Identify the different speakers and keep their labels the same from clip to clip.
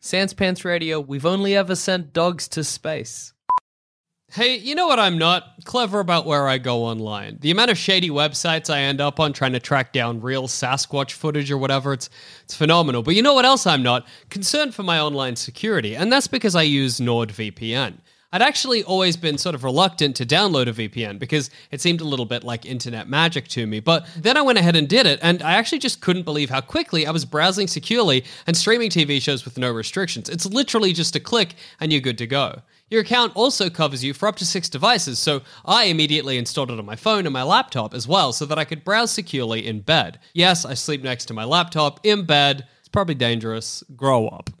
Speaker 1: Sans Pants Radio, we've only ever sent dogs to space.
Speaker 2: Hey, you know what I'm not? Clever about where I go online. The amount of shady websites I end up on trying to track down real Sasquatch footage or whatever, it's it's phenomenal. But you know what else I'm not? Concerned for my online security, and that's because I use NordVPN. I'd actually always been sort of reluctant to download a VPN because it seemed a little bit like internet magic to me. But then I went ahead and did it, and I actually just couldn't believe how quickly I was browsing securely and streaming TV shows with no restrictions. It's literally just a click and you're good to go. Your account also covers you for up to six devices, so I immediately installed it on my phone and my laptop as well so that I could browse securely in bed. Yes, I sleep next to my laptop in bed. It's probably dangerous. Grow up.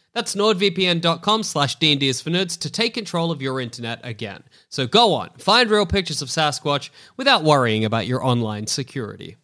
Speaker 2: That's nordvpn.com slash D&D is for nerds to take control of your internet again. So go on, find real pictures of Sasquatch without worrying about your online security.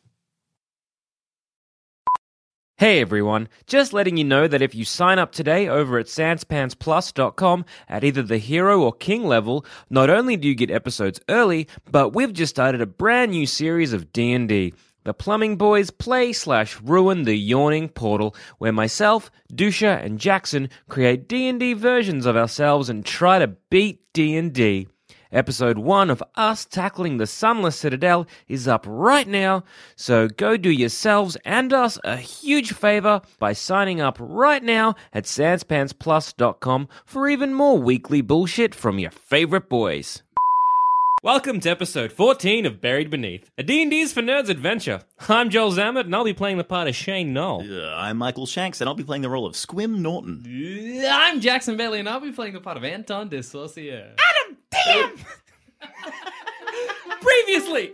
Speaker 3: Hey everyone, just letting you know that if you sign up today over at sanspantsplus.com at either the hero or king level, not only do you get episodes early, but we've just started a brand new series of D&D. The Plumbing Boys play slash ruin the yawning portal, where myself, Dusha, and Jackson create D&D versions of ourselves and try to beat D&D. Episode 1 of us tackling the Sunless Citadel is up right now, so go do yourselves and us a huge favor by signing up right now at sanspantsplus.com for even more weekly bullshit from your favorite boys. Welcome to episode 14 of Buried Beneath, a D&D's for Nerds adventure. I'm Joel Zammett, and I'll be playing the part of Shane Knoll.
Speaker 4: Uh, I'm Michael Shanks, and I'll be playing the role of Squim Norton.
Speaker 1: I'm Jackson Bailey, and I'll be playing the part of Anton Dissaucier.
Speaker 3: Previously!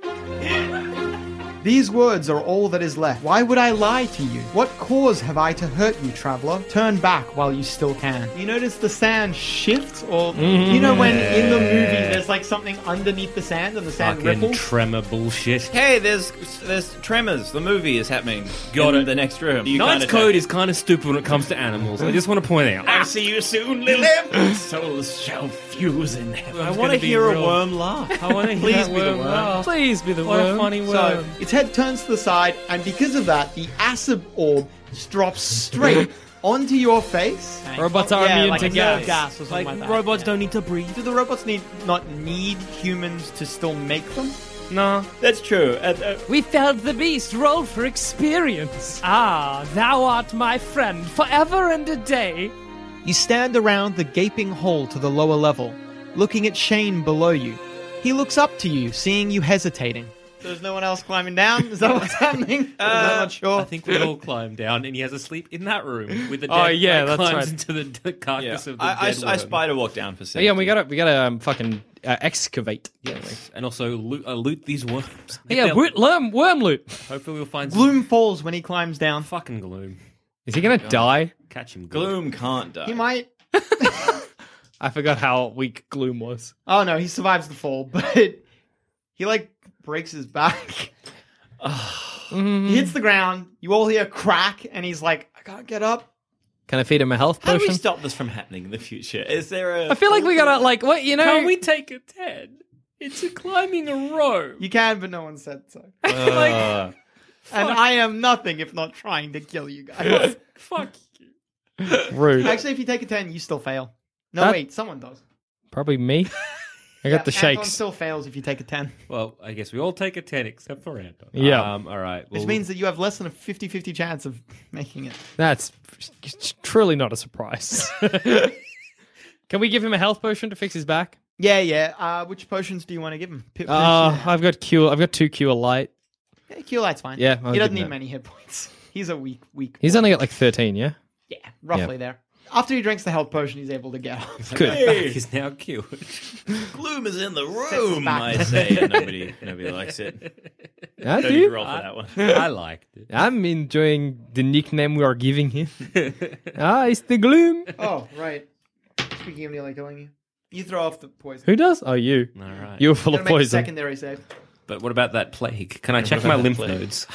Speaker 5: These words are all that is left. Why would I lie to you? What cause have I to hurt you, traveler? Turn back while you still can. You notice the sand shifts, or
Speaker 4: Mm-hmm.
Speaker 5: you know when in the movie there's like something underneath the sand and the sand ripples.
Speaker 3: tremor bullshit.
Speaker 4: Hey, there's there's Tremors. The movie is happening.
Speaker 3: Got
Speaker 4: in
Speaker 3: it.
Speaker 4: The next room. You
Speaker 3: Knight's
Speaker 4: kinda
Speaker 3: code
Speaker 4: know.
Speaker 3: is kind of stupid when it comes to animals. I just want to point out.
Speaker 4: I'll see you soon, little
Speaker 6: souls shall fuse in heaven.
Speaker 4: I want to hear a worm laugh.
Speaker 3: I want to hear
Speaker 4: Please
Speaker 3: that
Speaker 4: be the
Speaker 3: worm
Speaker 4: worm.
Speaker 3: laugh.
Speaker 1: Please be the
Speaker 3: What a
Speaker 1: worm.
Speaker 3: funny word.
Speaker 5: So its head turns to the side, and because of that, the acid orb drops straight onto your face.
Speaker 2: Robots are
Speaker 5: yeah,
Speaker 2: immune
Speaker 5: like
Speaker 2: to
Speaker 5: no
Speaker 2: gas.
Speaker 5: gas or something like, that.
Speaker 3: robots
Speaker 5: Yeah.
Speaker 3: don't need to breathe.
Speaker 5: Do the robots need not need humans to still make them?
Speaker 3: Nah.
Speaker 4: That's true. Uh,
Speaker 6: We felled the beast, roll for experience. Ah, thou art my friend, forever and a day.
Speaker 5: You stand around the gaping hole to the lower level, looking at Shane below you. He looks up to you, seeing you hesitating. There's no one else climbing down? Uh, Is that what's happening? I'm not sure.
Speaker 3: I think we all climb down, and he has a sleep in that room with the dead.
Speaker 2: Oh, yeah,
Speaker 3: that
Speaker 2: that's
Speaker 3: climbs
Speaker 2: right.
Speaker 3: into the, the
Speaker 4: uh, yeah.
Speaker 3: carcass of the
Speaker 4: I,
Speaker 3: dead
Speaker 4: I, I
Speaker 3: worm.
Speaker 4: spider walk down for safety.
Speaker 2: Yeah, we gotta we gotta um, fucking uh, excavate. Yeah,
Speaker 3: and also loot, uh, loot these worms.
Speaker 6: Yeah,
Speaker 3: They'll-
Speaker 6: wo- worm, worm loot.
Speaker 3: Hopefully, we'll find some
Speaker 5: Gloom falls when he climbs down.
Speaker 3: fucking gloom.
Speaker 2: is he gonna die?
Speaker 3: Catch him, gloom.
Speaker 4: Gloom can't die.
Speaker 5: He might.
Speaker 2: I forgot how weak Gloom was.
Speaker 5: Oh no, he survives the fall, but he like breaks his back. He hits the ground. You all hear a crack, and he's like, I can't get up.
Speaker 2: Can I feed him a health
Speaker 4: How do we
Speaker 2: potion?
Speaker 4: stop this from happening in the future? Is there a?
Speaker 6: I feel like we gotta, like, what, you know?
Speaker 3: Can we take a ten? It's a climbing a rope.
Speaker 5: You can, but no one said so.
Speaker 4: Uh,
Speaker 5: And I am nothing if not trying to kill you guys.
Speaker 3: Fuck you.
Speaker 2: Rude.
Speaker 5: Actually, if you take a 10, you still fail. No,
Speaker 2: That-
Speaker 5: wait, someone does.
Speaker 2: Probably me. I got the
Speaker 5: Yeah, Anton
Speaker 2: shakes.
Speaker 5: still fails if you take a 10,
Speaker 3: Well, I guess we all take a ten except for Anton.
Speaker 2: Yeah.
Speaker 3: Um, all right.
Speaker 5: which
Speaker 2: Oh.
Speaker 3: well-
Speaker 5: means that you have less than a 50 50 chance of making it.
Speaker 2: That's truly not a surprise. Can we give him a health potion to fix his back?
Speaker 5: Yeah, yeah. Uh, which potions do you want to give him? Pip
Speaker 2: Uh,
Speaker 5: potion.
Speaker 2: I've got cure. I've got two cure light.
Speaker 5: yeah, Q light's fine.
Speaker 2: Yeah, I'll give
Speaker 5: he
Speaker 2: him
Speaker 5: doesn't need
Speaker 2: that.
Speaker 5: many hit points. He's a weak, weak.
Speaker 2: He's only got like thirteen. Yeah.
Speaker 5: yeah, roughly there. After he drinks the health potion, he's able to get up.
Speaker 2: Good.
Speaker 3: back is now cured.
Speaker 4: Gloom is in the room.
Speaker 5: back.
Speaker 4: I say nobody, nobody likes it.
Speaker 2: I
Speaker 4: Don't you
Speaker 2: do.
Speaker 4: roll for that one.
Speaker 3: I liked it.
Speaker 2: I'm enjoying the nickname we are giving him. ah, it's the gloom.
Speaker 5: oh, right. Speaking of nearly killing you. You throw off the poison.
Speaker 6: Who does? Oh, you.
Speaker 7: All right.
Speaker 6: You're full
Speaker 5: Gotta
Speaker 6: of
Speaker 5: make a
Speaker 6: poison.
Speaker 5: secondary save.
Speaker 7: But what about that plague? Can I check my lymph nodes?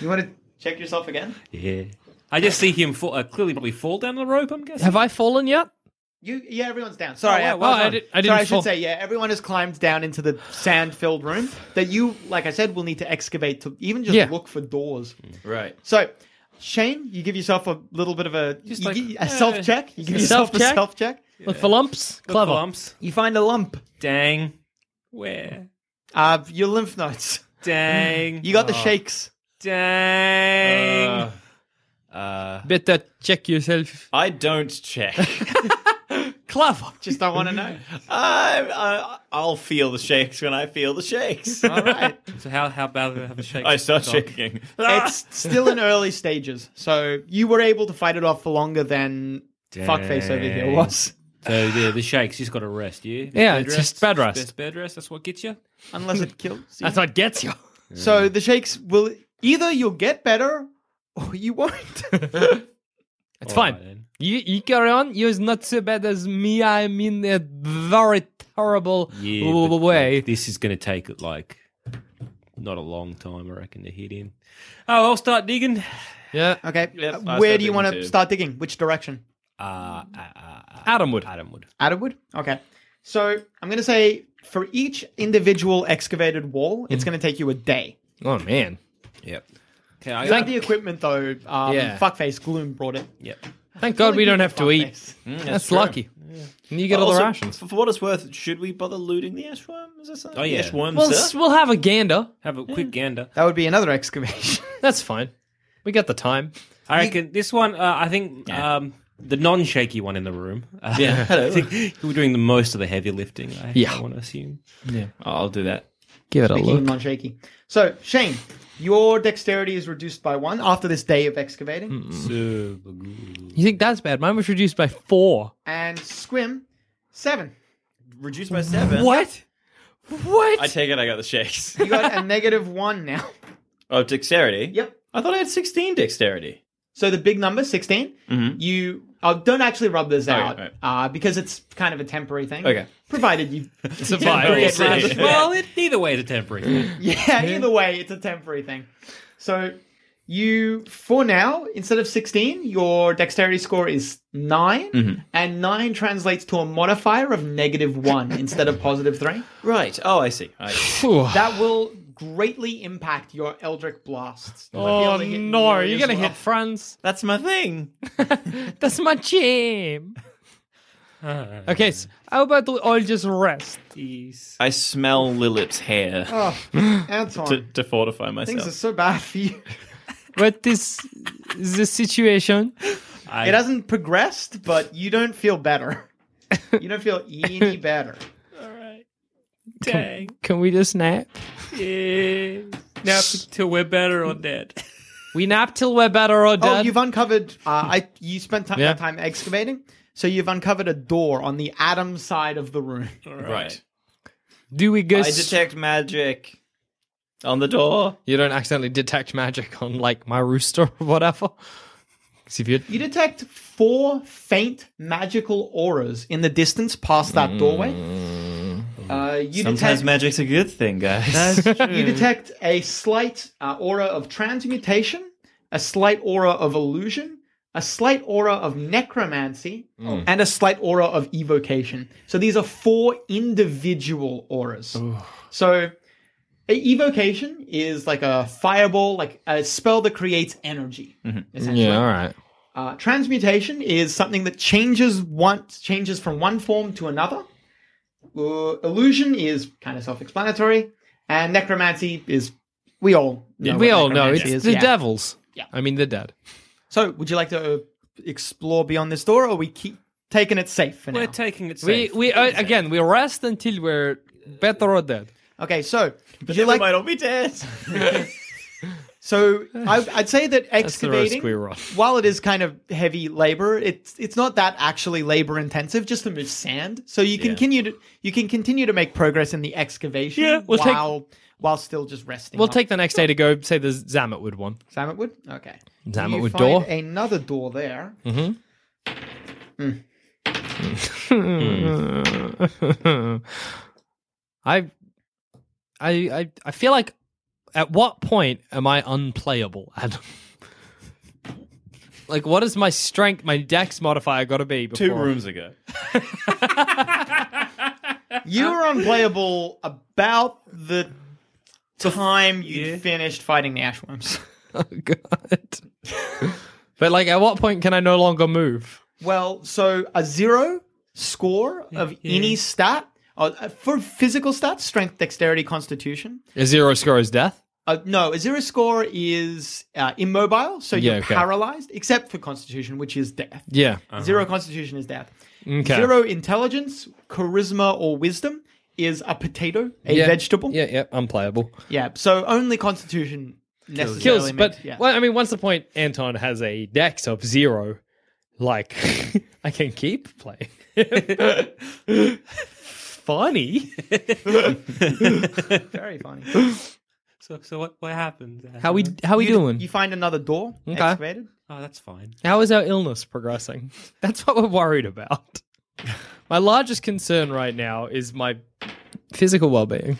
Speaker 5: You want to check yourself again?
Speaker 7: yeah. I just see him fall, uh, clearly probably fall down the rope, I'm guessing.
Speaker 6: Have I fallen yet? Oh,
Speaker 5: You yeah, everyone's
Speaker 2: Oh,
Speaker 5: down. Sorry,
Speaker 7: wow,
Speaker 5: yeah,
Speaker 7: well
Speaker 5: well
Speaker 6: I
Speaker 5: done.
Speaker 6: did- I didn't
Speaker 5: Sorry, I should
Speaker 6: fall.
Speaker 5: say yeah. Everyone has climbed down into the sand-filled room that you, like I said, will need to excavate to even just
Speaker 6: Yeah.
Speaker 5: look for doors.
Speaker 1: Right.
Speaker 5: So, Shane, you give yourself a little bit of a you
Speaker 7: like,
Speaker 5: gi-
Speaker 7: eh,
Speaker 5: a self check. You give
Speaker 6: uh, a
Speaker 5: yourself a
Speaker 6: self-check?
Speaker 5: self check.
Speaker 6: Look for lumps.
Speaker 7: Good
Speaker 6: Clever.
Speaker 7: Lumps.
Speaker 5: You find a lump.
Speaker 7: Dang. Where?
Speaker 5: Uh, your lymph nodes.
Speaker 7: Dang.
Speaker 5: You got the shakes.
Speaker 7: Dang.
Speaker 6: Better check yourself.
Speaker 4: Uh, I don't check.
Speaker 6: Clever.
Speaker 5: Just don't want to know.
Speaker 4: I, I, I'll feel the shakes when I feel the shakes.
Speaker 5: All right.
Speaker 7: so how how bad do I have a shake?
Speaker 4: I start shaking.
Speaker 6: Ah.
Speaker 5: it's still in early stages, so you were able to fight it off for longer than fuckface over here
Speaker 7: Dang.
Speaker 5: was.
Speaker 7: So the the shake's just got to rest, you.
Speaker 6: Yeah, it's just bed rest.
Speaker 7: Best bed rest. That's what gets you.
Speaker 5: Unless it kills. You.
Speaker 6: That's what gets you.
Speaker 5: So the shakes will either you'll get better or you won't.
Speaker 6: It's fine. You, you carry on. You're not so bad as me. I'm in a very terrible
Speaker 7: Yeah.
Speaker 6: w-
Speaker 7: but,
Speaker 6: way.
Speaker 7: like, this is going to take like not a long time, I reckon, to hit him. Oh, I'll start digging.
Speaker 6: yeah.
Speaker 5: Okay.
Speaker 4: Yep,
Speaker 5: Uh,
Speaker 4: I start
Speaker 5: Where do you
Speaker 4: digging
Speaker 5: want
Speaker 4: too.
Speaker 5: to start digging? Which direction?
Speaker 7: Uh, uh, uh, uh,
Speaker 6: Adam would.
Speaker 7: Adam would.
Speaker 5: Adderwood? Okay. So I'm going to say for each individual excavated wall, it's going to take you a day.
Speaker 6: Oh man.
Speaker 7: Yep. Okay. I,
Speaker 5: Like the equipment though, um,
Speaker 6: Yeah.
Speaker 5: fuckface gloom brought it.
Speaker 7: yep.
Speaker 6: Thank God we don't have to eat.
Speaker 5: Fuckface. Mm.
Speaker 6: That's, lucky. And you get all the
Speaker 4: Also,
Speaker 6: rations.
Speaker 4: For, for what it's worth, should we bother looting the ashworm? Is that something?
Speaker 7: Oh, yeah.
Speaker 4: The ashworm,
Speaker 6: We'll,
Speaker 4: sir?
Speaker 6: we'll have a gander.
Speaker 7: Have a quick gander.
Speaker 5: That would be another excavation.
Speaker 6: That's fine. We got the time.
Speaker 7: I reckon this one. Uh, I think um, the non-shaky one in the room. Uh,
Speaker 4: Yeah.
Speaker 7: I think he was doing the most of the heavy lifting. I,
Speaker 6: Yeah.
Speaker 7: I want to assume.
Speaker 4: I'll do that.
Speaker 6: Give it a
Speaker 5: Speaking of
Speaker 6: look.
Speaker 5: non-shaky. So Shane, your dexterity is reduced by one after this day of excavating,
Speaker 6: You think that's bad? Mine was reduced by four.
Speaker 5: and Squim seven.
Speaker 4: Reduced by seven.
Speaker 6: What? What?
Speaker 4: I take it. I got the shakes.
Speaker 5: You got a negative one now.
Speaker 4: oh, dexterity.
Speaker 5: Yep.
Speaker 4: I thought I had sixteen dexterity.
Speaker 5: So the big number, 16, you oh, don't actually rub this out
Speaker 4: Mm-hmm. right.
Speaker 5: uh, because it's kind of a temporary thing.
Speaker 4: Okay.
Speaker 5: Provided you.
Speaker 6: Survive.
Speaker 4: We'll see.
Speaker 7: well, it, either way, it's a temporary. thing.
Speaker 5: yeah, either way, it's a temporary thing. So you, for now, instead of 16, your dexterity score is 9,
Speaker 4: Mm-hmm.
Speaker 5: and 9 translates to a modifier of negative 1 instead of positive 3.
Speaker 4: Right. Oh, I see. I see.
Speaker 6: Phew.
Speaker 5: That will greatly impact your Eldric Blasts. You'll be
Speaker 6: Oh
Speaker 5: able to hit
Speaker 6: no!
Speaker 5: melee
Speaker 6: You're
Speaker 5: as
Speaker 6: gonna
Speaker 5: well.
Speaker 6: hit France.
Speaker 4: That's my thing.
Speaker 6: That's my jam. okay, so how about we all just rest?
Speaker 7: Jeez.
Speaker 4: I smell Lilip's hair
Speaker 5: Anton,
Speaker 4: to, to fortify myself.
Speaker 5: things are so bad for you.
Speaker 6: What is the situation?
Speaker 5: It hasn't progressed, but you don't feel better. You don't feel any better.
Speaker 7: Dang.
Speaker 6: Can we just nap?
Speaker 7: Yeah. Now till we're better or dead.
Speaker 6: We nap till we're better or
Speaker 5: Oh,
Speaker 6: dead.
Speaker 5: you've uncovered. Uh, I you spent time,
Speaker 6: Yeah.
Speaker 5: that time excavating, so you've uncovered a door on the Adam side of the room.
Speaker 4: right.
Speaker 6: Do we go?
Speaker 4: I
Speaker 6: s-
Speaker 4: detect magic on the door.
Speaker 6: you don't accidentally detect magic on like my rooster or whatever. 'Cause if you
Speaker 5: You detect four faint magical auras in the distance past that doorway. Uh, you
Speaker 4: Sometimes
Speaker 5: detect,
Speaker 4: magic's a good thing, guys.
Speaker 5: you
Speaker 6: Mm.
Speaker 5: detect a slight uh, aura of transmutation, a slight aura of illusion, a slight aura of necromancy, and a slight aura of evocation. So these are four individual auras. So e- evocation is like a fireball, like a spell that creates energy. Essentially.
Speaker 6: yeah, all right.
Speaker 5: Uh, transmutation is something that changes one changes from one form to another. Uh, illusion is kind of self-explanatory, and necromancy is we all know
Speaker 6: we
Speaker 5: what
Speaker 6: all know
Speaker 5: necromancy
Speaker 6: it's
Speaker 5: is,
Speaker 6: the
Speaker 5: yeah.
Speaker 6: devils.
Speaker 5: Yeah.
Speaker 6: I mean the dead.
Speaker 5: So, would you like to uh, explore beyond this door, or are we keep taking it safe for now?
Speaker 7: We're taking it
Speaker 6: We
Speaker 7: safe.
Speaker 6: we uh, again we rest until we're better or dead.
Speaker 5: okay, so would
Speaker 4: But
Speaker 5: you like?
Speaker 4: might not be dead.
Speaker 5: So, I, I'd say that
Speaker 6: That's the risk
Speaker 5: excavating,
Speaker 6: we run.
Speaker 5: while it is kind of heavy labor, it's it's not that actually labor intensive. Just to move sand, so you can continue to you can continue to make progress in the excavation.
Speaker 6: Yeah, we'll take-
Speaker 5: while while still just resting.
Speaker 6: We'll
Speaker 5: up.
Speaker 6: take the next day to go say the Zametwood one.
Speaker 5: Zametwood. Okay,
Speaker 6: Zametwood
Speaker 5: you
Speaker 6: door.
Speaker 5: Find another door there.
Speaker 6: I, I, I, I feel like at what point am I unplayable, Adam? like, what is my strength, my dex modifier got to be? Before?
Speaker 3: Two rooms ago.
Speaker 5: You were unplayable about the time you finished fighting the Ashworms.
Speaker 6: Oh, God. but, like, at what point can I no longer move?
Speaker 5: Well, so a zero score of any stat uh, for physical stats, strength, dexterity, constitution.
Speaker 6: A zero score is death?
Speaker 5: Uh, no, a zero score is uh, immobile, so you're
Speaker 6: Yeah, okay.
Speaker 5: paralyzed, except for constitution, which is death.
Speaker 6: Yeah.
Speaker 5: Zero constitution is death.
Speaker 6: Okay.
Speaker 5: Zero intelligence, charisma, or wisdom is a potato, a
Speaker 6: Yeah.
Speaker 5: vegetable.
Speaker 6: Yeah, yeah, unplayable.
Speaker 5: Yeah, So only constitution necessarily
Speaker 6: Kills,
Speaker 5: meant-
Speaker 6: but,
Speaker 5: yeah.
Speaker 6: well, I mean, once the point Anton has a dex of zero, like, I can keep playing. Funny.
Speaker 5: very funny.
Speaker 3: So, so what, what happened?
Speaker 6: How we how we
Speaker 5: You-
Speaker 6: doing?
Speaker 5: You find another door
Speaker 6: Okay.
Speaker 5: excavated.
Speaker 3: Oh, that's fine.
Speaker 6: How is our illness progressing? That's what we're worried about. My largest concern right now is my physical well-being.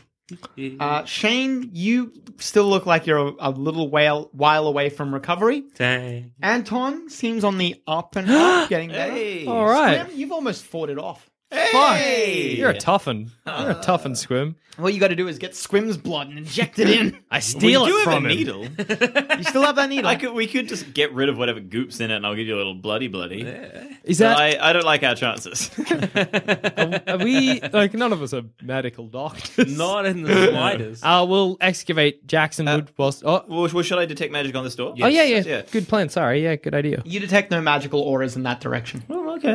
Speaker 5: Uh, Shane, you still look like you're a, a little while, while away from recovery.
Speaker 3: Dang.
Speaker 5: Anton seems on the up and up, getting better.
Speaker 6: All right.
Speaker 5: Slim, you've almost fought it off.
Speaker 6: Fuck. You're a toughen. You're a toughen squim.
Speaker 5: All you got to do is get Squim's blood and inject it in.
Speaker 6: I steal
Speaker 3: do
Speaker 6: it
Speaker 3: have a
Speaker 6: from him.
Speaker 3: needle.
Speaker 5: you still have that needle.
Speaker 3: I could, we could just get rid of whatever goop's in it, and I'll give you a little bloody bloody.
Speaker 6: Is
Speaker 3: But
Speaker 6: that
Speaker 3: I, I don't like our chances.
Speaker 6: are we like none of us are medical doctors?
Speaker 3: Not in the slightest.
Speaker 6: Uh, we'll excavate Jackson
Speaker 5: Uh,
Speaker 6: Wood whilst oh,
Speaker 3: well, sh- well, should I detect magic on this door?
Speaker 6: oh yeah, yeah, Good plan. Sorry, yeah, good idea.
Speaker 5: You detect no magical auras in that direction.
Speaker 3: Oh, okay.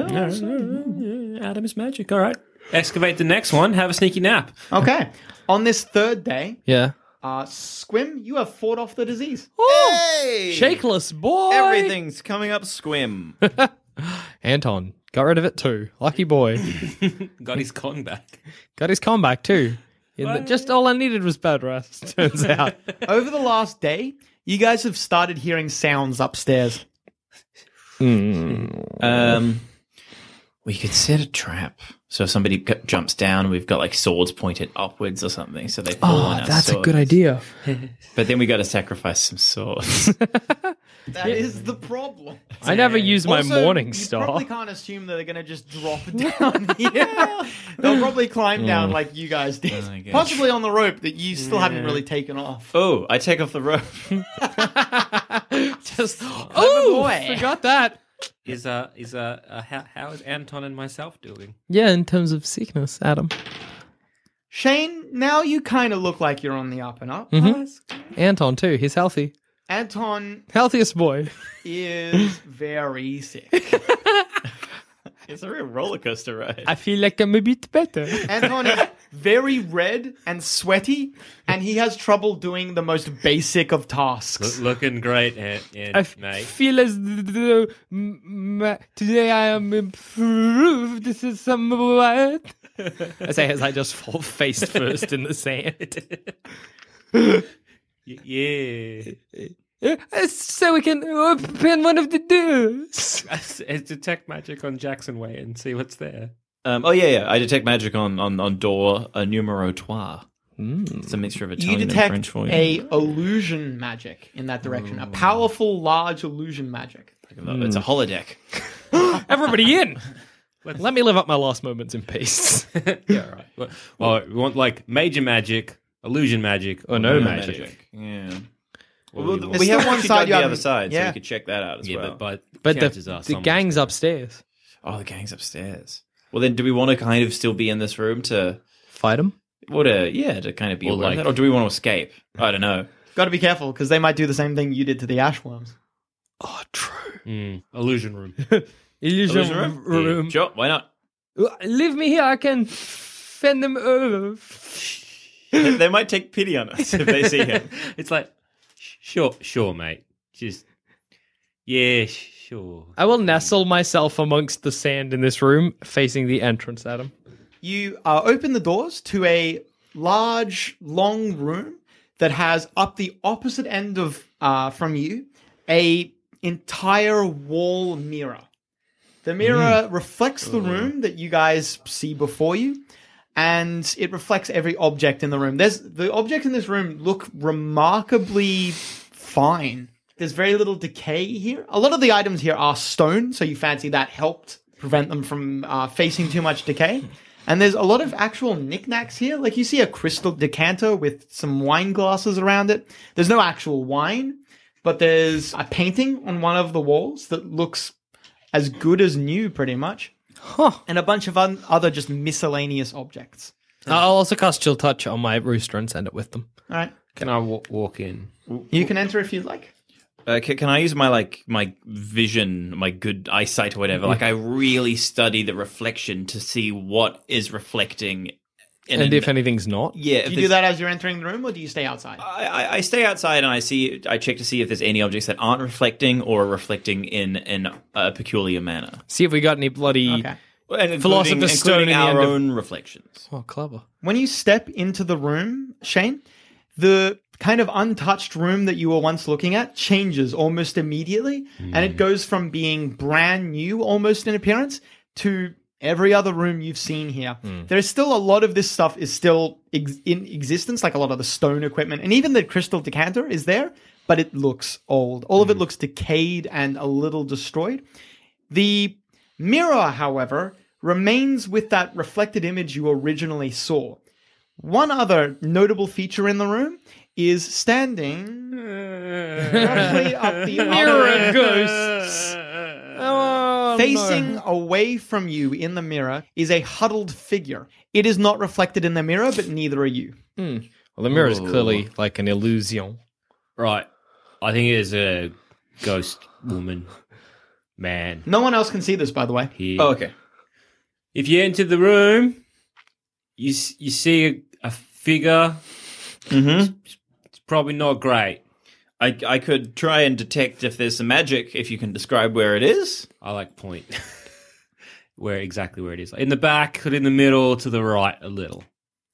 Speaker 3: Adam is magic. All right. Excavate the next one. Have a sneaky nap.
Speaker 5: Okay. On this third day,
Speaker 6: Yeah.
Speaker 5: uh, Squim, you have fought off the disease.
Speaker 3: Hey!
Speaker 6: Oh, Shakeless boy.
Speaker 3: Everything's coming up squim.
Speaker 6: Anton got rid of it too. Lucky boy.
Speaker 3: Got his con back.
Speaker 6: Got his comeback too. In the, just all I needed was bed rest. Turns out.
Speaker 5: Over the last day, you guys have started hearing sounds upstairs.
Speaker 3: Um,
Speaker 4: We could set a trap. So if somebody g- jumps down, we've got like swords pointed upwards or something. So they pull
Speaker 6: Oh,
Speaker 4: on our swords.
Speaker 6: idea.
Speaker 4: But then we got to sacrifice some swords.
Speaker 5: That is the problem.
Speaker 6: I never use my
Speaker 5: Also,
Speaker 6: morning
Speaker 5: You
Speaker 6: star.
Speaker 5: probably can't assume that they're going to just drop down here. They'll probably climb down
Speaker 6: Oh.
Speaker 5: like you guys did.
Speaker 4: gosh.
Speaker 5: Possibly on the rope that you still haven't really taken off.
Speaker 4: oh, I take off the rope.
Speaker 6: Just oh,
Speaker 5: boy.
Speaker 6: forgot that.
Speaker 3: is uh is uh, uh how, how is Anton and myself doing?
Speaker 6: Yeah, in terms of sickness, Adam.
Speaker 5: Shane, now you kind of look like you're on the up and up.
Speaker 4: Mm-hmm.
Speaker 6: Anton too. He's healthy,
Speaker 5: Anton
Speaker 6: healthiest boy.
Speaker 5: is very sick.
Speaker 4: It's a real roller coaster ride.
Speaker 6: I feel like I'm a bit better.
Speaker 5: Anton is very red and sweaty, and he has trouble doing the most basic of tasks.
Speaker 3: looking great, Ant,
Speaker 6: I f- feel as though m- m- today I am improved. This is somewhat. I say as I just fall face first in the sand.
Speaker 3: yeah.
Speaker 6: Uh, so we can open one of the doors.
Speaker 3: detect magic on Jackson Way and see what's there.
Speaker 4: Um, oh yeah, yeah. I detect magic on on, on door a numero trois. It's a mixture of
Speaker 5: You
Speaker 4: Italian and French
Speaker 5: detect
Speaker 4: for you. Mm.
Speaker 5: a illusion magic in that direction, a powerful, large illusion magic.
Speaker 4: It's a holodeck.
Speaker 6: Everybody in. Let me live up my last moments in peace.
Speaker 3: yeah, right. Well, well, we want like major magic, illusion magic, or
Speaker 6: no
Speaker 4: Yeah.
Speaker 3: Well, the-
Speaker 5: There's
Speaker 4: we have
Speaker 5: still
Speaker 4: one side, you the other
Speaker 5: haven't-
Speaker 4: side, so
Speaker 5: yeah.
Speaker 4: you could check that out as
Speaker 3: Yeah,
Speaker 4: well.
Speaker 3: but, but
Speaker 6: But
Speaker 3: chances
Speaker 6: the,
Speaker 3: are
Speaker 6: the
Speaker 3: someone's-
Speaker 6: gang's upstairs.
Speaker 4: oh, the gang's upstairs. Well, then, do we want to kind of still be in this room to
Speaker 6: Fight him.
Speaker 4: what a yeah to kind of be
Speaker 3: Or
Speaker 4: aware of
Speaker 3: like-
Speaker 4: that? or do we want to escape? I don't know.
Speaker 5: Got to be careful because they might do the same thing you did to the ashworms.
Speaker 6: Oh,
Speaker 3: Mm, illusion room.
Speaker 6: Illusion,
Speaker 4: room?
Speaker 6: r- room.
Speaker 4: Sure, why not?
Speaker 6: Uh, Leave me here. I can fend them over.
Speaker 4: they might take pity on us if they see him.
Speaker 3: it's like, sh- sure, sure, mate. Just yeah, sure.
Speaker 6: I will nestle myself amongst the sand in this room, facing the entrance, Adam.
Speaker 5: You uh, open the doors to a large, long room that has up the opposite end of uh, from you a entire wall mirror. The mirror reflects the room that you guys see before you, and it reflects every object in the room. There's the objects in this room look remarkably fine. There's very little decay here. A lot of the items here are stone, so you fancy that helped prevent them from uh, facing too much decay. And there's a lot of actual knickknacks here. Like you see a crystal decanter with some wine glasses around it. There's no actual wine, but there's a painting on one of the walls that looks as good as new, pretty much. Huh. And a bunch of un- other just miscellaneous objects.
Speaker 6: I'll also cast Chill Touch on my rooster and send it with them.
Speaker 5: All right.
Speaker 3: Can I w- walk in?
Speaker 5: You can enter if you'd like.
Speaker 4: Uh, can, can I use my like my vision, my good eyesight or whatever? Like I really study the reflection to see what is reflecting. In
Speaker 6: And
Speaker 4: an-
Speaker 6: if anything's not,
Speaker 4: yeah, if
Speaker 5: Do you
Speaker 4: there's-
Speaker 5: do that as you're entering the room, or do you stay outside?
Speaker 4: I, I- I stay outside and I see I check to see if there's any objects that aren't reflecting or are reflecting in in a peculiar manner.
Speaker 6: see if we got any bloody.
Speaker 5: Okay.
Speaker 4: And including-
Speaker 6: Philosopher's Stone
Speaker 4: including
Speaker 6: in the
Speaker 4: our
Speaker 6: end of-
Speaker 4: own reflections.
Speaker 6: Oh, clever.
Speaker 5: When you step into the room, Shane, the kind of untouched room that you were once looking at changes almost immediately, and it goes from being brand new almost in appearance to every other room you've seen here. There is still a lot of this stuff is still ex- in existence, like a lot of the stone equipment, and even the crystal decanter is there, but it looks old. All of it looks decayed and a little destroyed. The mirror, however, remains with that reflected image you originally saw. One other notable feature in the room is standing roughly up the mirror
Speaker 6: Mirror ghosts.
Speaker 5: Facing away from you in the mirror is a huddled figure. It is not reflected in the mirror, but neither are you.
Speaker 6: Well, the mirror is clearly like an illusion.
Speaker 3: Right. I think it's a ghost woman. Man.
Speaker 5: No one else can see this, by the way.
Speaker 3: Here.
Speaker 4: Oh, okay.
Speaker 3: If you enter the room, you s- you see a, a figure.
Speaker 4: Mhm.
Speaker 3: It's, it's probably not great.
Speaker 4: I I could try and detect if there's some magic if you can describe where it is.
Speaker 3: I like point where exactly where it is in the back, in the middle, to the right a little.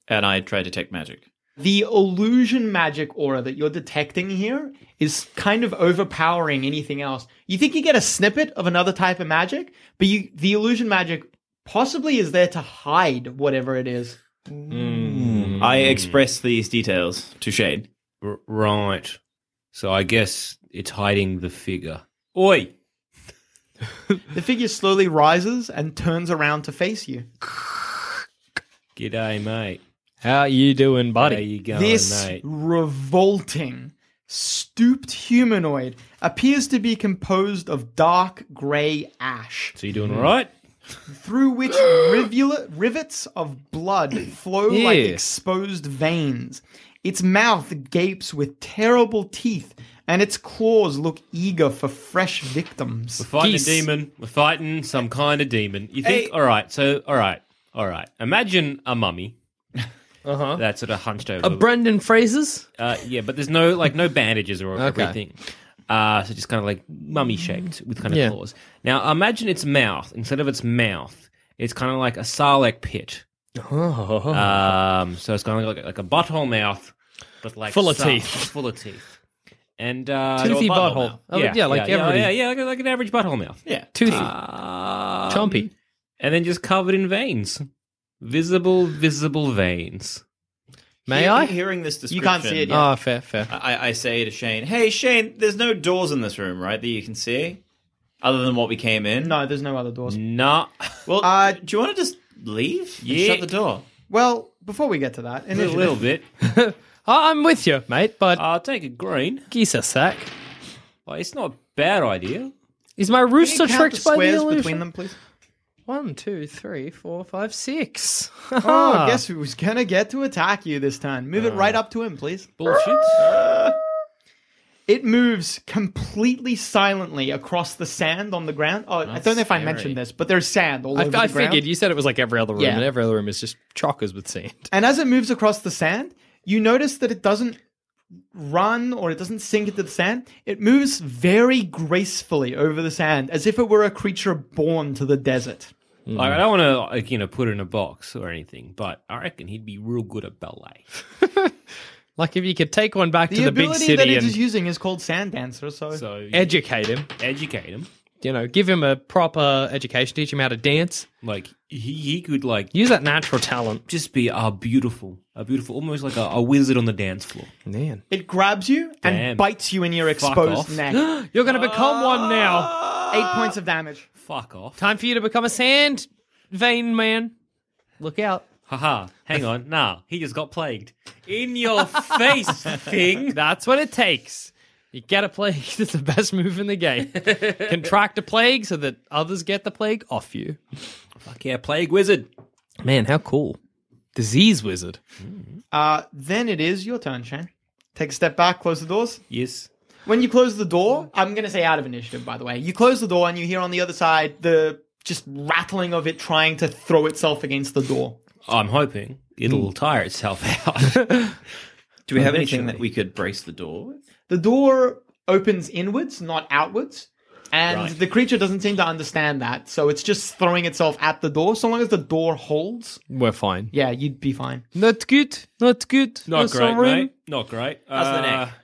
Speaker 4: And I try to detect magic.
Speaker 5: The illusion magic aura that you're detecting here is kind of overpowering anything else. You think you get a snippet of another type of magic, but you the illusion magic possibly is there to hide whatever it is.
Speaker 4: I express these details to Shade.
Speaker 3: R- right. So I guess it's hiding the figure. Oi.
Speaker 5: The figure slowly rises and turns around to face you.
Speaker 3: G'day, mate.
Speaker 6: How you doing, buddy?
Speaker 3: How you going,
Speaker 5: this
Speaker 3: mate?
Speaker 5: revolting, stooped humanoid appears to be composed of dark grey ash,
Speaker 3: So you doing all right?
Speaker 5: through which rivulet, rivets of blood flow like
Speaker 6: Yeah.
Speaker 5: exposed veins. Its mouth gapes with terrible teeth, and its claws look eager for fresh victims.
Speaker 3: We're fighting
Speaker 6: Geese.
Speaker 3: a demon. We're fighting some kind of demon. You think, all right, so, all right, all right. Imagine a mummy. Uh-huh. That sort of hunched over.
Speaker 6: Uh, Brendan Fraser's?
Speaker 3: uh, yeah, but there's no, like, no bandages or
Speaker 6: Okay.
Speaker 3: everything. Uh, so just kind of like mummy shaped with kind of
Speaker 6: Yeah.
Speaker 3: claws. Now, imagine its mouth. Instead of its mouth, it's kind of like a sarlacc pit.
Speaker 6: Oh.
Speaker 3: Um, so it's kind of like, like a butthole mouth, but like
Speaker 6: Full of
Speaker 3: suck-
Speaker 6: teeth.
Speaker 3: Full of teeth. And uh,
Speaker 6: Toothy
Speaker 4: a butthole
Speaker 6: butthole.
Speaker 4: now.
Speaker 6: Oh, yeah, like
Speaker 3: yeah,
Speaker 6: every
Speaker 3: yeah, yeah, like, like an average butthole mouth.
Speaker 4: Yeah.
Speaker 6: toothy,
Speaker 3: Um,
Speaker 6: chompy.
Speaker 3: and then just covered in veins, visible, visible veins.
Speaker 6: May
Speaker 4: Hear-
Speaker 6: I?
Speaker 4: Hearing this
Speaker 5: You
Speaker 4: description,
Speaker 5: can't see it yet.
Speaker 6: Ah, fair, fair.
Speaker 4: I, I say to Shane, "Hey, Shane, there's no doors in this room, right? That you can see, other than what we came in.
Speaker 5: no, there's no other doors.
Speaker 3: Nah,
Speaker 4: Well,
Speaker 5: Uh,
Speaker 4: do you want to just leave? and
Speaker 3: Yeah.
Speaker 4: Shut the door.
Speaker 5: Well, before we get to that,
Speaker 3: a little
Speaker 5: initiative.
Speaker 3: bit.
Speaker 6: I- Ah, I'm with you, mate, but
Speaker 3: I'll take a green.
Speaker 6: geese a sack.
Speaker 3: Like, it's not a bad idea.
Speaker 6: Is my
Speaker 5: Can
Speaker 6: rooster
Speaker 5: you count the
Speaker 6: tricked by the
Speaker 5: squares
Speaker 6: illusion?
Speaker 5: between them, please?
Speaker 6: One, two, three, four, five, six.
Speaker 5: Oh,
Speaker 6: Ah.
Speaker 5: guess who's gonna get to attack you this time? Move it right up to him, please.
Speaker 3: Bullshit.
Speaker 5: It moves completely silently across the sand on the ground. Oh, I don't know if I mentioned this, but there's sand all
Speaker 6: I,
Speaker 5: over
Speaker 6: I
Speaker 5: the ground.
Speaker 6: figured you said it was like every other room,
Speaker 5: Yeah.
Speaker 6: and every other room is just chockers with sand.
Speaker 5: And as it moves across the sand, you notice that it doesn't run or it doesn't sink into the sand. It moves very gracefully over the sand, as if it were a creature born to the desert.
Speaker 3: Like, I don't want to, like, you know, put it in a box or anything, but I reckon he'd be real good at ballet.
Speaker 6: Like if you could take one back
Speaker 5: The
Speaker 6: to the big
Speaker 5: ability that
Speaker 6: city
Speaker 5: it
Speaker 6: and
Speaker 5: is using is called Sand Dancer. So,
Speaker 3: So
Speaker 6: educate him.
Speaker 3: educate him.
Speaker 6: you know, give him a proper education, teach him how to dance.
Speaker 3: Like he, he could like
Speaker 6: Use that natural talent.
Speaker 3: just be a beautiful, a beautiful, almost like a, a wizard on the dance floor.
Speaker 6: Man.
Speaker 5: It grabs you and
Speaker 3: Damn.
Speaker 5: bites you in your
Speaker 3: off.
Speaker 5: exposed neck.
Speaker 6: You're going to become one now.
Speaker 5: Eight points of damage.
Speaker 3: Fuck off.
Speaker 6: Time for you to become a sand vein man. Look out.
Speaker 3: Haha. Hang on. Nah, he just got plagued. In your face, thing.
Speaker 6: That's what it takes. You get a plague. That's the best move in the game. Contract a plague so that others get the plague off you.
Speaker 3: Fuck yeah, plague wizard.
Speaker 6: Man, how cool. Disease wizard.
Speaker 5: Uh, then it is your turn, Shane. Take a step back, close the doors.
Speaker 3: Yes.
Speaker 5: When you close the door, I'm going to say out of initiative, by the way. You close the door and you hear on the other side the just rattling of it trying to throw itself against the door.
Speaker 3: I'm hoping it'll tire itself out.
Speaker 4: Do we have anything that we could brace the door with?
Speaker 5: The door opens inwards, not outwards. And the creature doesn't seem to understand that, so it's just throwing itself at the door. So long as the door holds,
Speaker 2: We're fine.
Speaker 5: yeah, you'd be fine.
Speaker 6: Not good. Not good.
Speaker 3: Not
Speaker 6: There's
Speaker 3: great,
Speaker 6: some room.
Speaker 3: mate. Not great. How's
Speaker 4: the neck?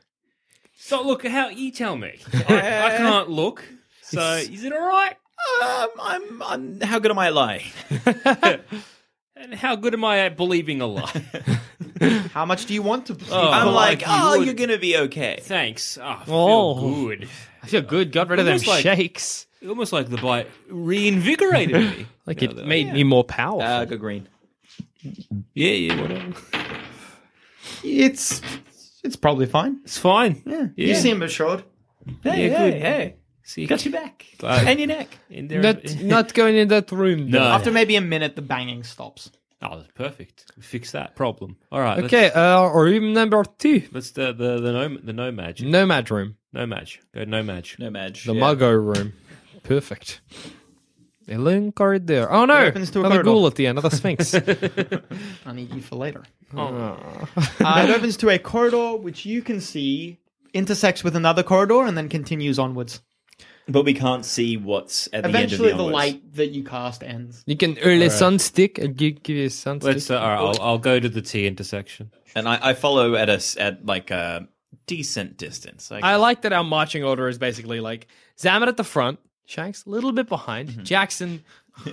Speaker 3: So look, how you tell me. I, I can't look. So is it all right?
Speaker 4: Um, I'm, I'm. How good am I at lying?
Speaker 3: And how good am I at believing a lie?
Speaker 5: How much do you want to?
Speaker 4: I'm
Speaker 3: like
Speaker 4: like,
Speaker 3: you
Speaker 4: oh,
Speaker 3: would-
Speaker 4: you're gonna be okay.
Speaker 3: Thanks. Oh, I feel
Speaker 6: Oh.
Speaker 3: good.
Speaker 6: I feel good. Got rid of them
Speaker 3: Almost like-
Speaker 6: shakes.
Speaker 3: Almost like the bite reinvigorated me.
Speaker 6: Like it made me more powerful.
Speaker 4: Uh, go green. Yeah, yeah, whatever.
Speaker 5: It's it's probably fine.
Speaker 3: It's fine.
Speaker 5: Yeah, you seem assured.
Speaker 4: Hey,
Speaker 3: Yeah,
Speaker 4: hey,
Speaker 3: good.
Speaker 4: hey.
Speaker 3: See,
Speaker 4: Got your back
Speaker 3: Glad-
Speaker 4: and your neck.
Speaker 3: in there.
Speaker 6: not, not going in that room.
Speaker 3: Uh, no.
Speaker 5: After maybe a minute, the banging stops.
Speaker 3: oh, that's perfect. Fix that problem. All right. let's-
Speaker 6: Okay, uh, room number two.
Speaker 3: Let's the the the nom the nomad
Speaker 6: Nomad room.
Speaker 3: nomad go nomad.
Speaker 4: No match.
Speaker 6: The Mago room. Perfect. A long corridor. Oh no!
Speaker 5: opens to a
Speaker 6: Another
Speaker 5: corridor.
Speaker 6: ghoul at the end. Another sphinx.
Speaker 5: I need you for later. Oh.
Speaker 4: Oh.
Speaker 5: Uh, it opens to a corridor which you can see intersects with another corridor and then continues onwards.
Speaker 4: But we can't see what's at
Speaker 5: Eventually,
Speaker 4: the end of
Speaker 5: the,
Speaker 4: the, onwards.
Speaker 5: light that you cast ends.
Speaker 6: you can early sunstick. I'll give, give you a sunstick.
Speaker 3: Let's uh, all right. I'll, I'll go to the T intersection.
Speaker 4: And I, I follow at a s- at like a decent distance. Like,
Speaker 6: I like that our marching order is basically like Zaman at the front, Shanks a little bit behind,
Speaker 3: Mm-hmm.
Speaker 6: Jackson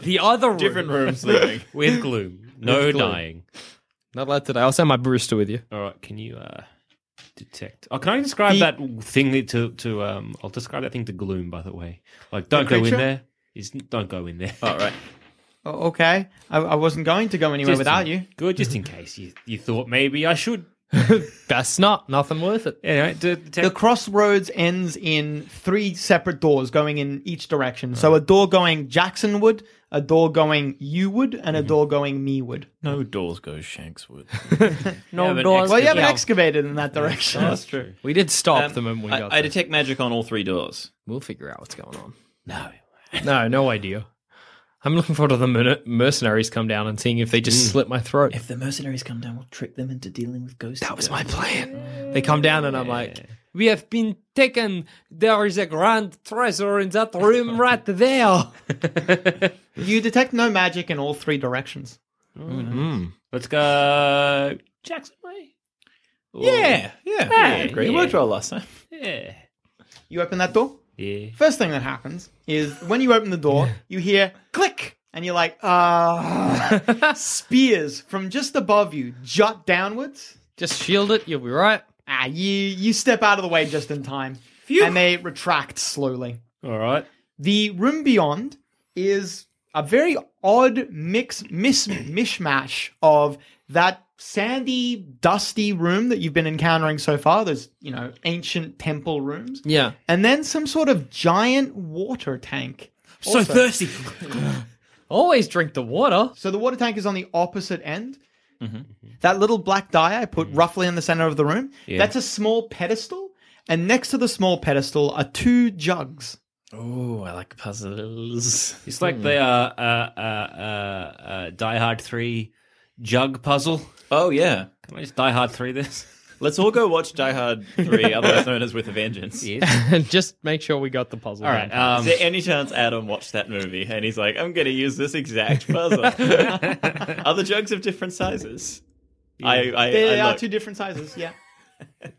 Speaker 6: the other room.
Speaker 4: different rooms leaving.
Speaker 3: With gloom, no
Speaker 6: With gloom.
Speaker 3: dying.
Speaker 6: Not allowed today. I'll send my Brewster with you.
Speaker 3: All right. Can you uh detect? Oh, can I describe that thing that to to um? I'll describe that thing to gloom. By the way, like don't go in
Speaker 5: creature?
Speaker 3: there. Is don't go in there.
Speaker 4: All right.
Speaker 5: O- okay, I, I wasn't going to go anywhere
Speaker 3: Just
Speaker 5: without
Speaker 3: in-
Speaker 5: you.
Speaker 3: Good, just in case you, you thought maybe I should.
Speaker 6: Best not. Nothing worth it.
Speaker 3: Anyway, de-
Speaker 5: The
Speaker 3: detect.
Speaker 5: crossroads ends in three separate doors going in each direction. So a door going Jacksonwood, a door going Youwood, and
Speaker 4: Mm-hmm.
Speaker 5: a door going Mewood.
Speaker 4: No doors go Shankswood.
Speaker 6: No
Speaker 3: but
Speaker 6: doors.
Speaker 5: Well, you haven't
Speaker 6: Yeah.
Speaker 5: excavated in that direction.
Speaker 4: That's true.
Speaker 6: We did stop
Speaker 4: Um,
Speaker 6: them and we
Speaker 4: I,
Speaker 6: got
Speaker 4: I
Speaker 6: there.
Speaker 4: detect magic on all three doors.
Speaker 6: We'll figure out what's going on.
Speaker 4: No.
Speaker 6: No, no idea. I'm looking forward to the merc- mercenaries come down and seeing if they just slit my throat.
Speaker 4: If the mercenaries come down, we'll trick them into dealing with ghosts.
Speaker 3: Oh,
Speaker 6: that was my plan. They come down and I'm like, we have been taken. There is a grand treasure in that room right there.
Speaker 5: You detect no magic in all three directions.
Speaker 3: Let's go, Jackson. Way.
Speaker 4: Yeah, yeah, yeah. Ah, Great
Speaker 3: yeah.
Speaker 4: worked well last time.
Speaker 3: Yeah.
Speaker 5: You open that door.
Speaker 3: Yeah.
Speaker 5: First thing that happens is when you open the door, you hear click, and you're like, ah. Spears from just above you jut downwards.
Speaker 6: Just shield it. You'll be right.
Speaker 5: Ah, you you step out of the way just in time, and they retract slowly.
Speaker 3: All right.
Speaker 5: The room beyond is a very odd mix, mis, mishmash of that sandy, dusty room that you've been encountering so far. Those, you know, ancient temple rooms.
Speaker 6: Yeah.
Speaker 5: And then some sort of giant water tank.
Speaker 3: So thirsty.
Speaker 6: Always drink the water.
Speaker 5: So the water tank is on the opposite end.
Speaker 4: Mm-hmm.
Speaker 5: That little black die I put roughly in the center of the room, that's a small pedestal. And next to the small pedestal are two jugs.
Speaker 4: Oh, I like puzzles.
Speaker 3: It's like the uh, uh, uh, uh, uh, Die Hard 3 jug puzzle.
Speaker 4: Oh yeah.
Speaker 3: Can I just Die Hard 3 this?
Speaker 4: Let's all go watch Die Hard Three, otherwise known as With a Vengeance.
Speaker 6: And just make sure we got the puzzle.
Speaker 3: All right. Um,
Speaker 6: down.
Speaker 4: Is there any chance Adam watched that movie and he's like, I'm going to use this exact puzzle? Are the jugs of different sizes? I, I,
Speaker 5: They
Speaker 4: I
Speaker 5: are
Speaker 4: look.
Speaker 5: two different sizes, yeah.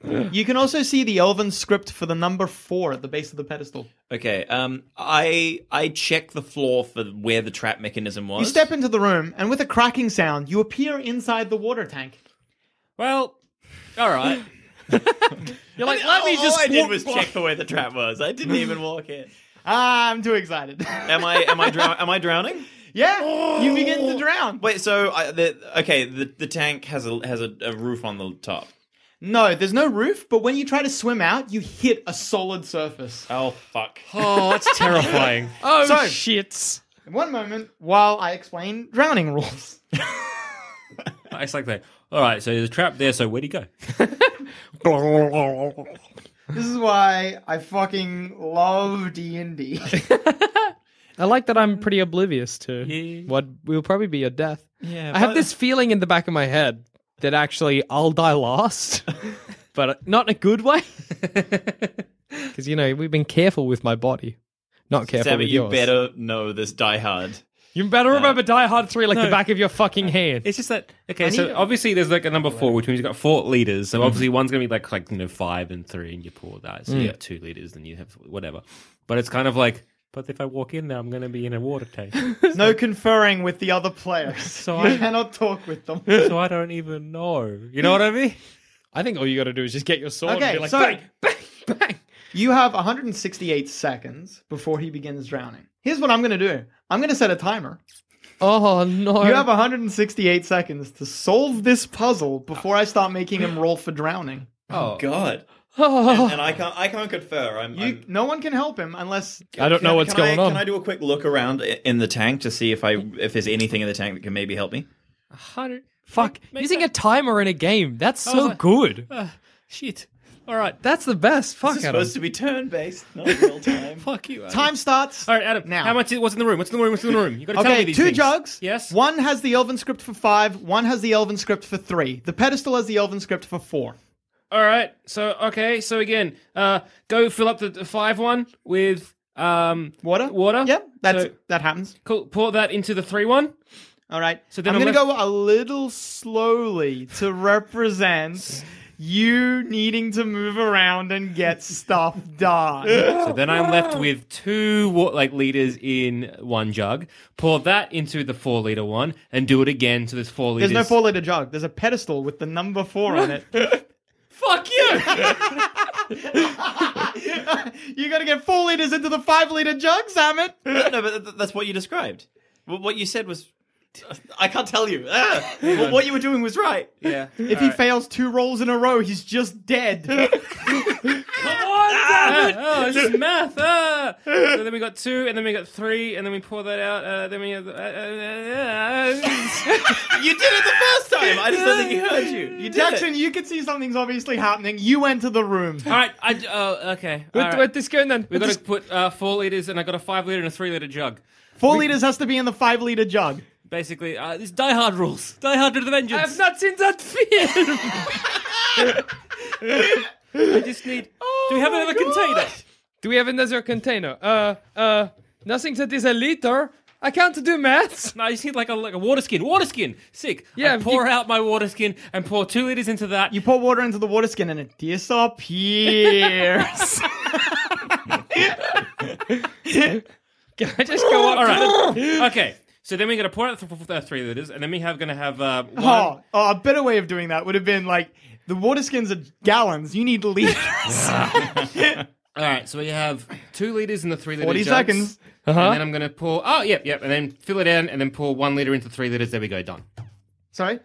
Speaker 5: You can also see the elven script for the number four at the base of the pedestal.
Speaker 4: Okay. Um, I I check the floor for where the trap mechanism was.
Speaker 5: You step into the room, and with a cracking sound, you appear inside the water tank.
Speaker 3: Well,
Speaker 4: All right.
Speaker 6: You're like, let me
Speaker 4: all,
Speaker 6: just.
Speaker 4: all I did
Speaker 6: walk
Speaker 4: was
Speaker 6: by."
Speaker 4: check for where the trap was. I didn't even walk in.
Speaker 5: Ah, I'm too excited.
Speaker 4: Am I am I drow- am I drowning?
Speaker 5: yeah, you begin
Speaker 4: Oh.
Speaker 5: to drown.
Speaker 4: Wait. So I, the okay. The the tank has a has a, a roof on the top.
Speaker 5: No, there's no roof, but when you try to swim out, you hit a solid surface.
Speaker 4: Oh fuck.
Speaker 3: oh, that's terrifying.
Speaker 6: Oh
Speaker 5: So-
Speaker 6: shit!
Speaker 5: One moment while I explain drowning rules.
Speaker 3: it's like that. All right, so there's a trap there. So where'd he go?
Speaker 5: This is why I fucking love D&D.
Speaker 6: I like that I'm pretty oblivious to what will probably be your death.
Speaker 4: Yeah.
Speaker 6: I have this feeling in the back of my head that actually I'll die last, but not in a good way. Because you know we've been careful with my body, not careful
Speaker 4: Sammy,
Speaker 6: with
Speaker 4: you
Speaker 6: yours.
Speaker 4: better know this Die Hard.
Speaker 6: you better remember Die Hard three like the back of your fucking hand.
Speaker 3: It's just that okay. so obviously there's like a Mm. number four, which means you've got four leaders. So obviously one's gonna be like like you know five and three, and you pull that. So you have two leaders, then you have whatever. But it's kind of like, but if I walk in there, I'm gonna be in a water tank.
Speaker 5: no conferring with the other players.
Speaker 3: So
Speaker 5: you
Speaker 3: I-
Speaker 5: cannot talk with them.
Speaker 3: so I don't even know. You know what I mean?
Speaker 6: I think all you got to do is just get your sword and
Speaker 5: Okay,
Speaker 6: be like
Speaker 5: so-
Speaker 6: bang, bang, bang.
Speaker 5: You have 168 seconds before he begins drowning. Here's what I'm going to do. I'm going to set a timer.
Speaker 6: Oh no!
Speaker 5: You have 168 seconds to solve this puzzle before I start making him roll for drowning.
Speaker 4: Oh God.
Speaker 6: Oh.
Speaker 4: And I can't I can't confer. I'm.
Speaker 5: You,
Speaker 4: I'm-
Speaker 5: no one can help him unless
Speaker 6: I don't
Speaker 4: can-
Speaker 6: know what's
Speaker 4: can I-
Speaker 6: going on.
Speaker 4: Can I do a quick look around i- in the tank to see if I if there's anything in the tank that can maybe help me?
Speaker 6: Hundred. Fuck. Using a timer in a game. That's so
Speaker 3: like,
Speaker 6: good.
Speaker 3: Shit. All right.
Speaker 6: That's the best. Fuck
Speaker 4: It's
Speaker 6: Adam.
Speaker 4: supposed to be turn based, not real time.
Speaker 3: Fuck you. Adam.
Speaker 5: time starts.
Speaker 3: All right, Adam.
Speaker 5: Now.
Speaker 3: How much? Is, what's in the room? What's in the room? What's in the room? You got to tell me
Speaker 5: Okay,
Speaker 3: these
Speaker 5: two
Speaker 3: things.
Speaker 5: jugs.
Speaker 3: Yes.
Speaker 5: One has the elven script for five, one has the elven script for three. The pedestal has the elven script for four.
Speaker 3: All right. So okay. So again, uh, go fill up the, the five one with um
Speaker 5: Water?
Speaker 3: Water.
Speaker 5: Yep, that's,
Speaker 3: So,
Speaker 5: that happens.
Speaker 3: cool. Pour that into the three one.
Speaker 5: All right. So
Speaker 3: then
Speaker 5: I'm
Speaker 3: I'm
Speaker 5: going to go a little slowly to represent you needing to move around and get stuff done.
Speaker 3: So then I'm left with two wa- like liters in one jug. Pour that into the four liter one and do it again. So there's four
Speaker 5: There's
Speaker 3: liters.
Speaker 5: no four liter jug. There's a pedestal with the number four on it.
Speaker 3: Fuck you.
Speaker 5: you got to get four liters into the five liter jug, Samet.
Speaker 4: no, but th- that's what you described. Wh- What you said was, I can't tell you. Ah! Wh- what you were doing was right. Yeah.
Speaker 5: If he fails two rolls in a row, he's just dead.
Speaker 3: oh, it's just math. Ah. So then we got two, and then we got three, and then we pour that out. Uh, then we have. Uh, uh, uh,
Speaker 4: You did it the first time. I just don't think he heard you. You did
Speaker 5: Jackson, you can see something's obviously happening. You enter the room.
Speaker 3: uh. all right. I, oh, okay. All
Speaker 6: What,
Speaker 3: right.
Speaker 6: what this going then?
Speaker 3: we got
Speaker 6: What this-
Speaker 3: to put uh, four liters, and I got a five liter and a three liter jug.
Speaker 5: Four liters has to be in the five liter jug.
Speaker 3: Basically, uh, this is Die Hard rules. Die Hard with a vengeance.
Speaker 6: I have not seen that film.
Speaker 3: I just need. do we
Speaker 6: Oh
Speaker 3: have another container?
Speaker 6: do we have another container? Uh, uh, nothing that is a liter. I can't do maths.
Speaker 3: No, I just need like a like a water skin. Water skin. Sick.
Speaker 6: Yeah,
Speaker 3: I pour
Speaker 6: you-
Speaker 3: out my water skin and pour two liters into that.
Speaker 5: You pour water into the water skin and it disappears.
Speaker 6: Can I just go up?
Speaker 3: All
Speaker 6: to
Speaker 3: right. okay. So then we got to pour out th- th- th- three liters, and then we have gonna have uh, one.
Speaker 5: oh, oh, a better way of doing that would have been like the water skins are gallons. You need liters.
Speaker 3: All right. So we have two liters in the three liter.
Speaker 5: 40
Speaker 3: jugs,
Speaker 5: seconds.
Speaker 6: Uh-huh.
Speaker 3: And then I'm gonna pour. Oh, yep, yep. And then fill it in, and then pour one liter into three liters. There we go. Done.
Speaker 5: Sorry.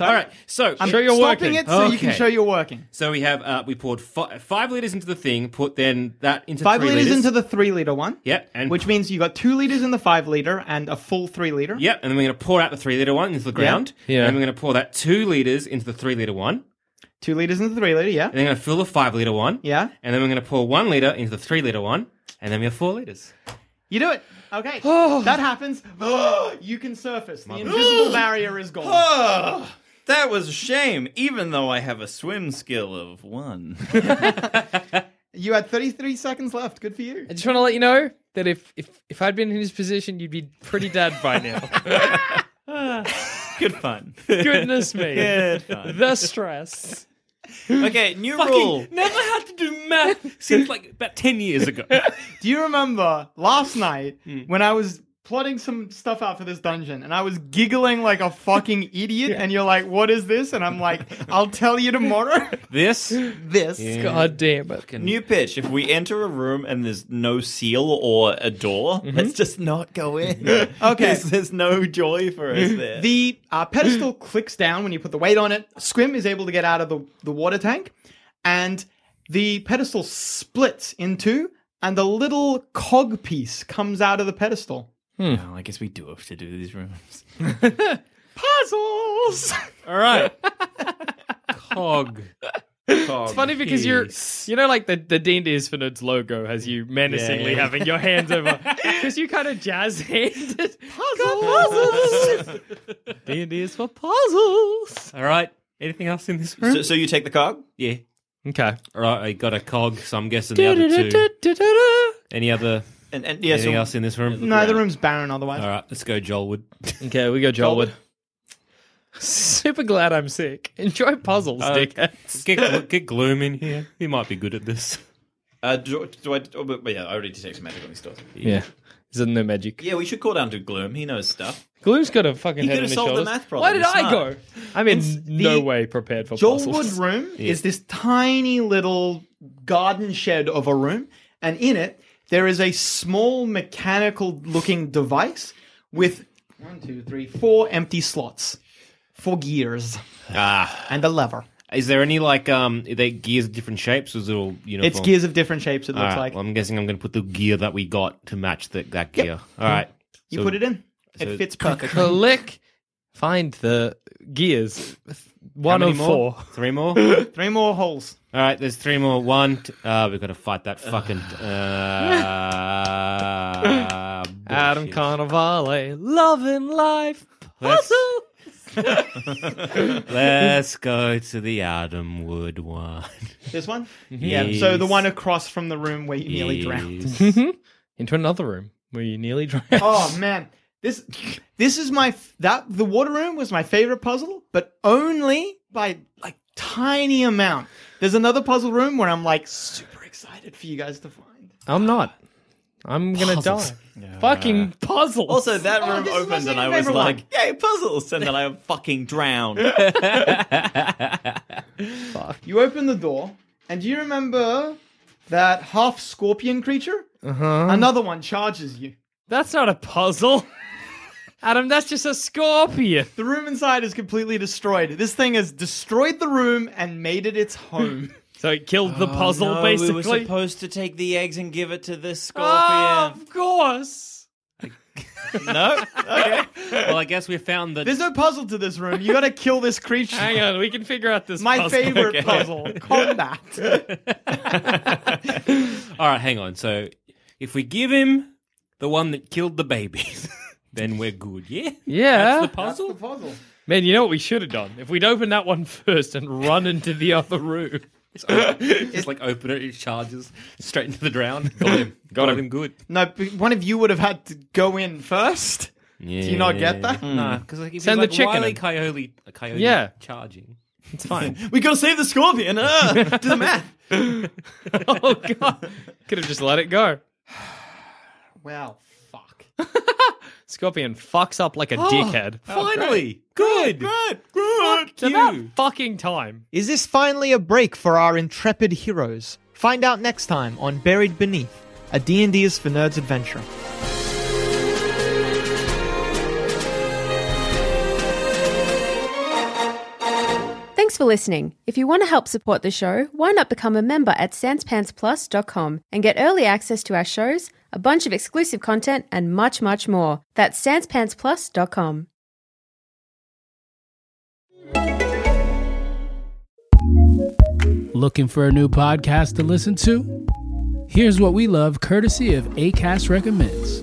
Speaker 3: All right. So
Speaker 5: I'm
Speaker 3: show your
Speaker 5: stopping it so you can
Speaker 3: Okay.
Speaker 5: show you're working.
Speaker 3: So we have uh, we poured fi- five liters into the thing, put then that into
Speaker 5: Five
Speaker 3: three
Speaker 5: liters, into the three liter one.
Speaker 3: yep, and
Speaker 5: Which means you got two liters in the five liter and a full three liter.
Speaker 3: Yep, and then we're going to pour out the three liter one into the ground.
Speaker 6: Yeah.
Speaker 3: And we're going to pour that two liters into the three liter one. And
Speaker 5: Two liters in the three liter, yeah.
Speaker 3: then we're going to fill the five liter one.
Speaker 5: Yeah.
Speaker 3: And then we're going to pour one liter into the three liter one. And then we have four liters.
Speaker 5: You do it. Okay. That happens. you can surface. The invisible barrier is gone.
Speaker 4: Oh, that was a shame. Even though I have a swim skill of one.
Speaker 5: You had 33 seconds left. Good for you.
Speaker 6: I just want to let you know that if, if if I'd been in his position, you'd be pretty dead by now.
Speaker 4: Good fun.
Speaker 6: Goodness me,
Speaker 4: Good fun.
Speaker 6: the stress.
Speaker 4: Okay, new rule.
Speaker 3: Never had to do math since like about 10 years ago.
Speaker 5: Do you remember last night when I was plotting some stuff out for this dungeon and I was giggling like a fucking idiot and you're like, what is this? And I'm like, I'll tell you tomorrow.
Speaker 3: this?
Speaker 5: this.
Speaker 6: God damn it.
Speaker 4: New pitch. If we enter a room and there's no seal or a door, let's just not go in. There's, there's no joy for us there.
Speaker 5: The uh, pedestal clicks down when you put the weight on it. Squim is able to get out of the, the water tank, and the pedestal splits in two, and the little cog piece comes out of the pedestal.
Speaker 4: Well, I guess we do have to do these rooms.
Speaker 5: Puzzles!
Speaker 3: All right. Cog. Cog.
Speaker 6: It's funny because you're, you know, like the the D and D's for Nerds logo has you menacingly
Speaker 3: Yeah, yeah.
Speaker 6: having your hands over because you kind of jazz handed.
Speaker 5: Puzzles!
Speaker 6: D and D is for puzzles.
Speaker 3: All right. Anything else in this room?
Speaker 4: So, so you take the cog?
Speaker 3: yeah.
Speaker 6: Okay.
Speaker 3: All right. I got a cog, so I'm guessing the other two. Any other
Speaker 4: And, and yeah,
Speaker 3: anything
Speaker 4: so-
Speaker 3: else in this room?
Speaker 5: no, the room's barren otherwise.
Speaker 3: All right. Let's go, Joelwood.
Speaker 6: Okay, we go Joelwood. Super glad I'm sick. Enjoy puzzles,
Speaker 3: Uh,
Speaker 6: dickheads.
Speaker 3: Get, Glo- get Gloom in here. He might be good at this.
Speaker 4: Uh, do, do I? Oh, but, but yeah, I already detected magic on these doors.
Speaker 6: Yeah. Isn't there magic?
Speaker 4: Yeah, we should call down to Gloom. He knows stuff.
Speaker 6: Gloom's got a fucking
Speaker 4: He
Speaker 6: head
Speaker 4: could
Speaker 6: on
Speaker 4: have
Speaker 6: his
Speaker 4: solved the
Speaker 6: shoulders.
Speaker 4: math problem.
Speaker 6: Why did
Speaker 4: He's
Speaker 6: I
Speaker 4: smart.
Speaker 6: go? I'm in
Speaker 5: It's the
Speaker 6: no way prepared for puzzles.
Speaker 5: Joelwood room is this tiny little garden shed of a room, and in it there is a small mechanical looking device with one, two, three, four empty slots, four gears,
Speaker 3: Ah.
Speaker 5: and a lever.
Speaker 3: Is there any, like, um, are they gears of different shapes? Or is it all, you know,
Speaker 5: It's gears of different shapes, it looks like.
Speaker 3: well, I'm guessing I'm going to put the gear that we got to match the, that gear. All right.
Speaker 5: you
Speaker 3: so-
Speaker 5: put it in,
Speaker 3: so-
Speaker 5: it fits perfectly.
Speaker 6: Click. Find the gears. One
Speaker 3: How many
Speaker 5: oh
Speaker 6: of
Speaker 3: more?
Speaker 6: four.
Speaker 3: Three more?
Speaker 5: Three more holes.
Speaker 3: All right, there's three more. One, t- uh, we've got to fight that fucking. Uh,
Speaker 6: Adam
Speaker 3: bullshit.
Speaker 6: Carnivale, loving life, puzzle.
Speaker 3: Let's go to the Adam Wood one.
Speaker 5: This one? Yeah. So the one across from the room where you nearly drowned.
Speaker 3: drowned.
Speaker 6: Into another room where you nearly drowned.
Speaker 5: Oh man, this this is my f- that the water room was my favorite puzzle, but only by like tiny amount. There's another puzzle room where I'm like super excited for you guys to find.
Speaker 6: I'm not. I'm gonna
Speaker 3: Puzzles.
Speaker 6: die. Fucking puzzles.
Speaker 4: Also, that room
Speaker 5: Oh, this is my
Speaker 4: opened and I
Speaker 5: favorite
Speaker 4: was
Speaker 5: one.
Speaker 4: like, "Yay, puzzles!" And then I fucking drowned.
Speaker 5: You open the door, and do you remember that half scorpion creature? Uh-huh. Another one charges you.
Speaker 6: that's not a puzzle. Adam, that's just a scorpion.
Speaker 5: The room inside is completely destroyed. This thing has destroyed the room and made it its home.
Speaker 6: So it killed the puzzle,
Speaker 4: no,
Speaker 6: basically.
Speaker 4: we were supposed to take the eggs and give it to this
Speaker 3: Ah!
Speaker 6: oh,
Speaker 4: scorpion.
Speaker 6: of course.
Speaker 4: no, okay.
Speaker 3: well, I guess we found the.
Speaker 5: There's no puzzle to this room. You gotta kill this creature.
Speaker 6: Hang on, we can figure out this.
Speaker 5: My
Speaker 6: puzzle.
Speaker 5: favorite puzzle, combat.
Speaker 3: All right, hang on. So if we give him the one that killed the babies, then we're good. Yeah.
Speaker 6: Yeah.
Speaker 3: The puzzle.
Speaker 5: puzzle.
Speaker 6: Man, you know what we should have done? If we'd opened that one first and run into the other room.
Speaker 3: Just like open it, it charges straight into the drown. Got him. Got, him. good.
Speaker 5: No, but one of you would have had to go in first. Do you not get that?
Speaker 4: Hmm.
Speaker 3: Nah, because like, if
Speaker 6: Send
Speaker 3: Send
Speaker 6: the
Speaker 3: like, the
Speaker 6: chicken
Speaker 3: Wile E.
Speaker 6: in.
Speaker 3: Coyote, a coyote
Speaker 6: Yeah.
Speaker 3: charging.
Speaker 6: It's fine.
Speaker 4: we gotta save the scorpion. Ah, do the math.
Speaker 6: oh god. Could have just let it go.
Speaker 5: Well, fuck.
Speaker 6: Scorpion fucks up like a dickhead.
Speaker 3: Finally, good.
Speaker 4: Good, good.
Speaker 6: It's about fucking time.
Speaker 5: Is this finally a break for our intrepid heroes? Find out next time on Buried Beneath, a D&D is for Nerds adventure.
Speaker 8: Thanks for listening. If you want to help support the show, why not become a member at sanspantsplus.com and get early access to our shows, a bunch of exclusive content, and much, much more. That's sanspantsplus.com.
Speaker 9: Looking for a new podcast to listen to? Here's what we love courtesy of ACAST Recommends.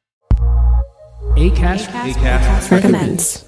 Speaker 9: Acast,
Speaker 10: Acast recommends.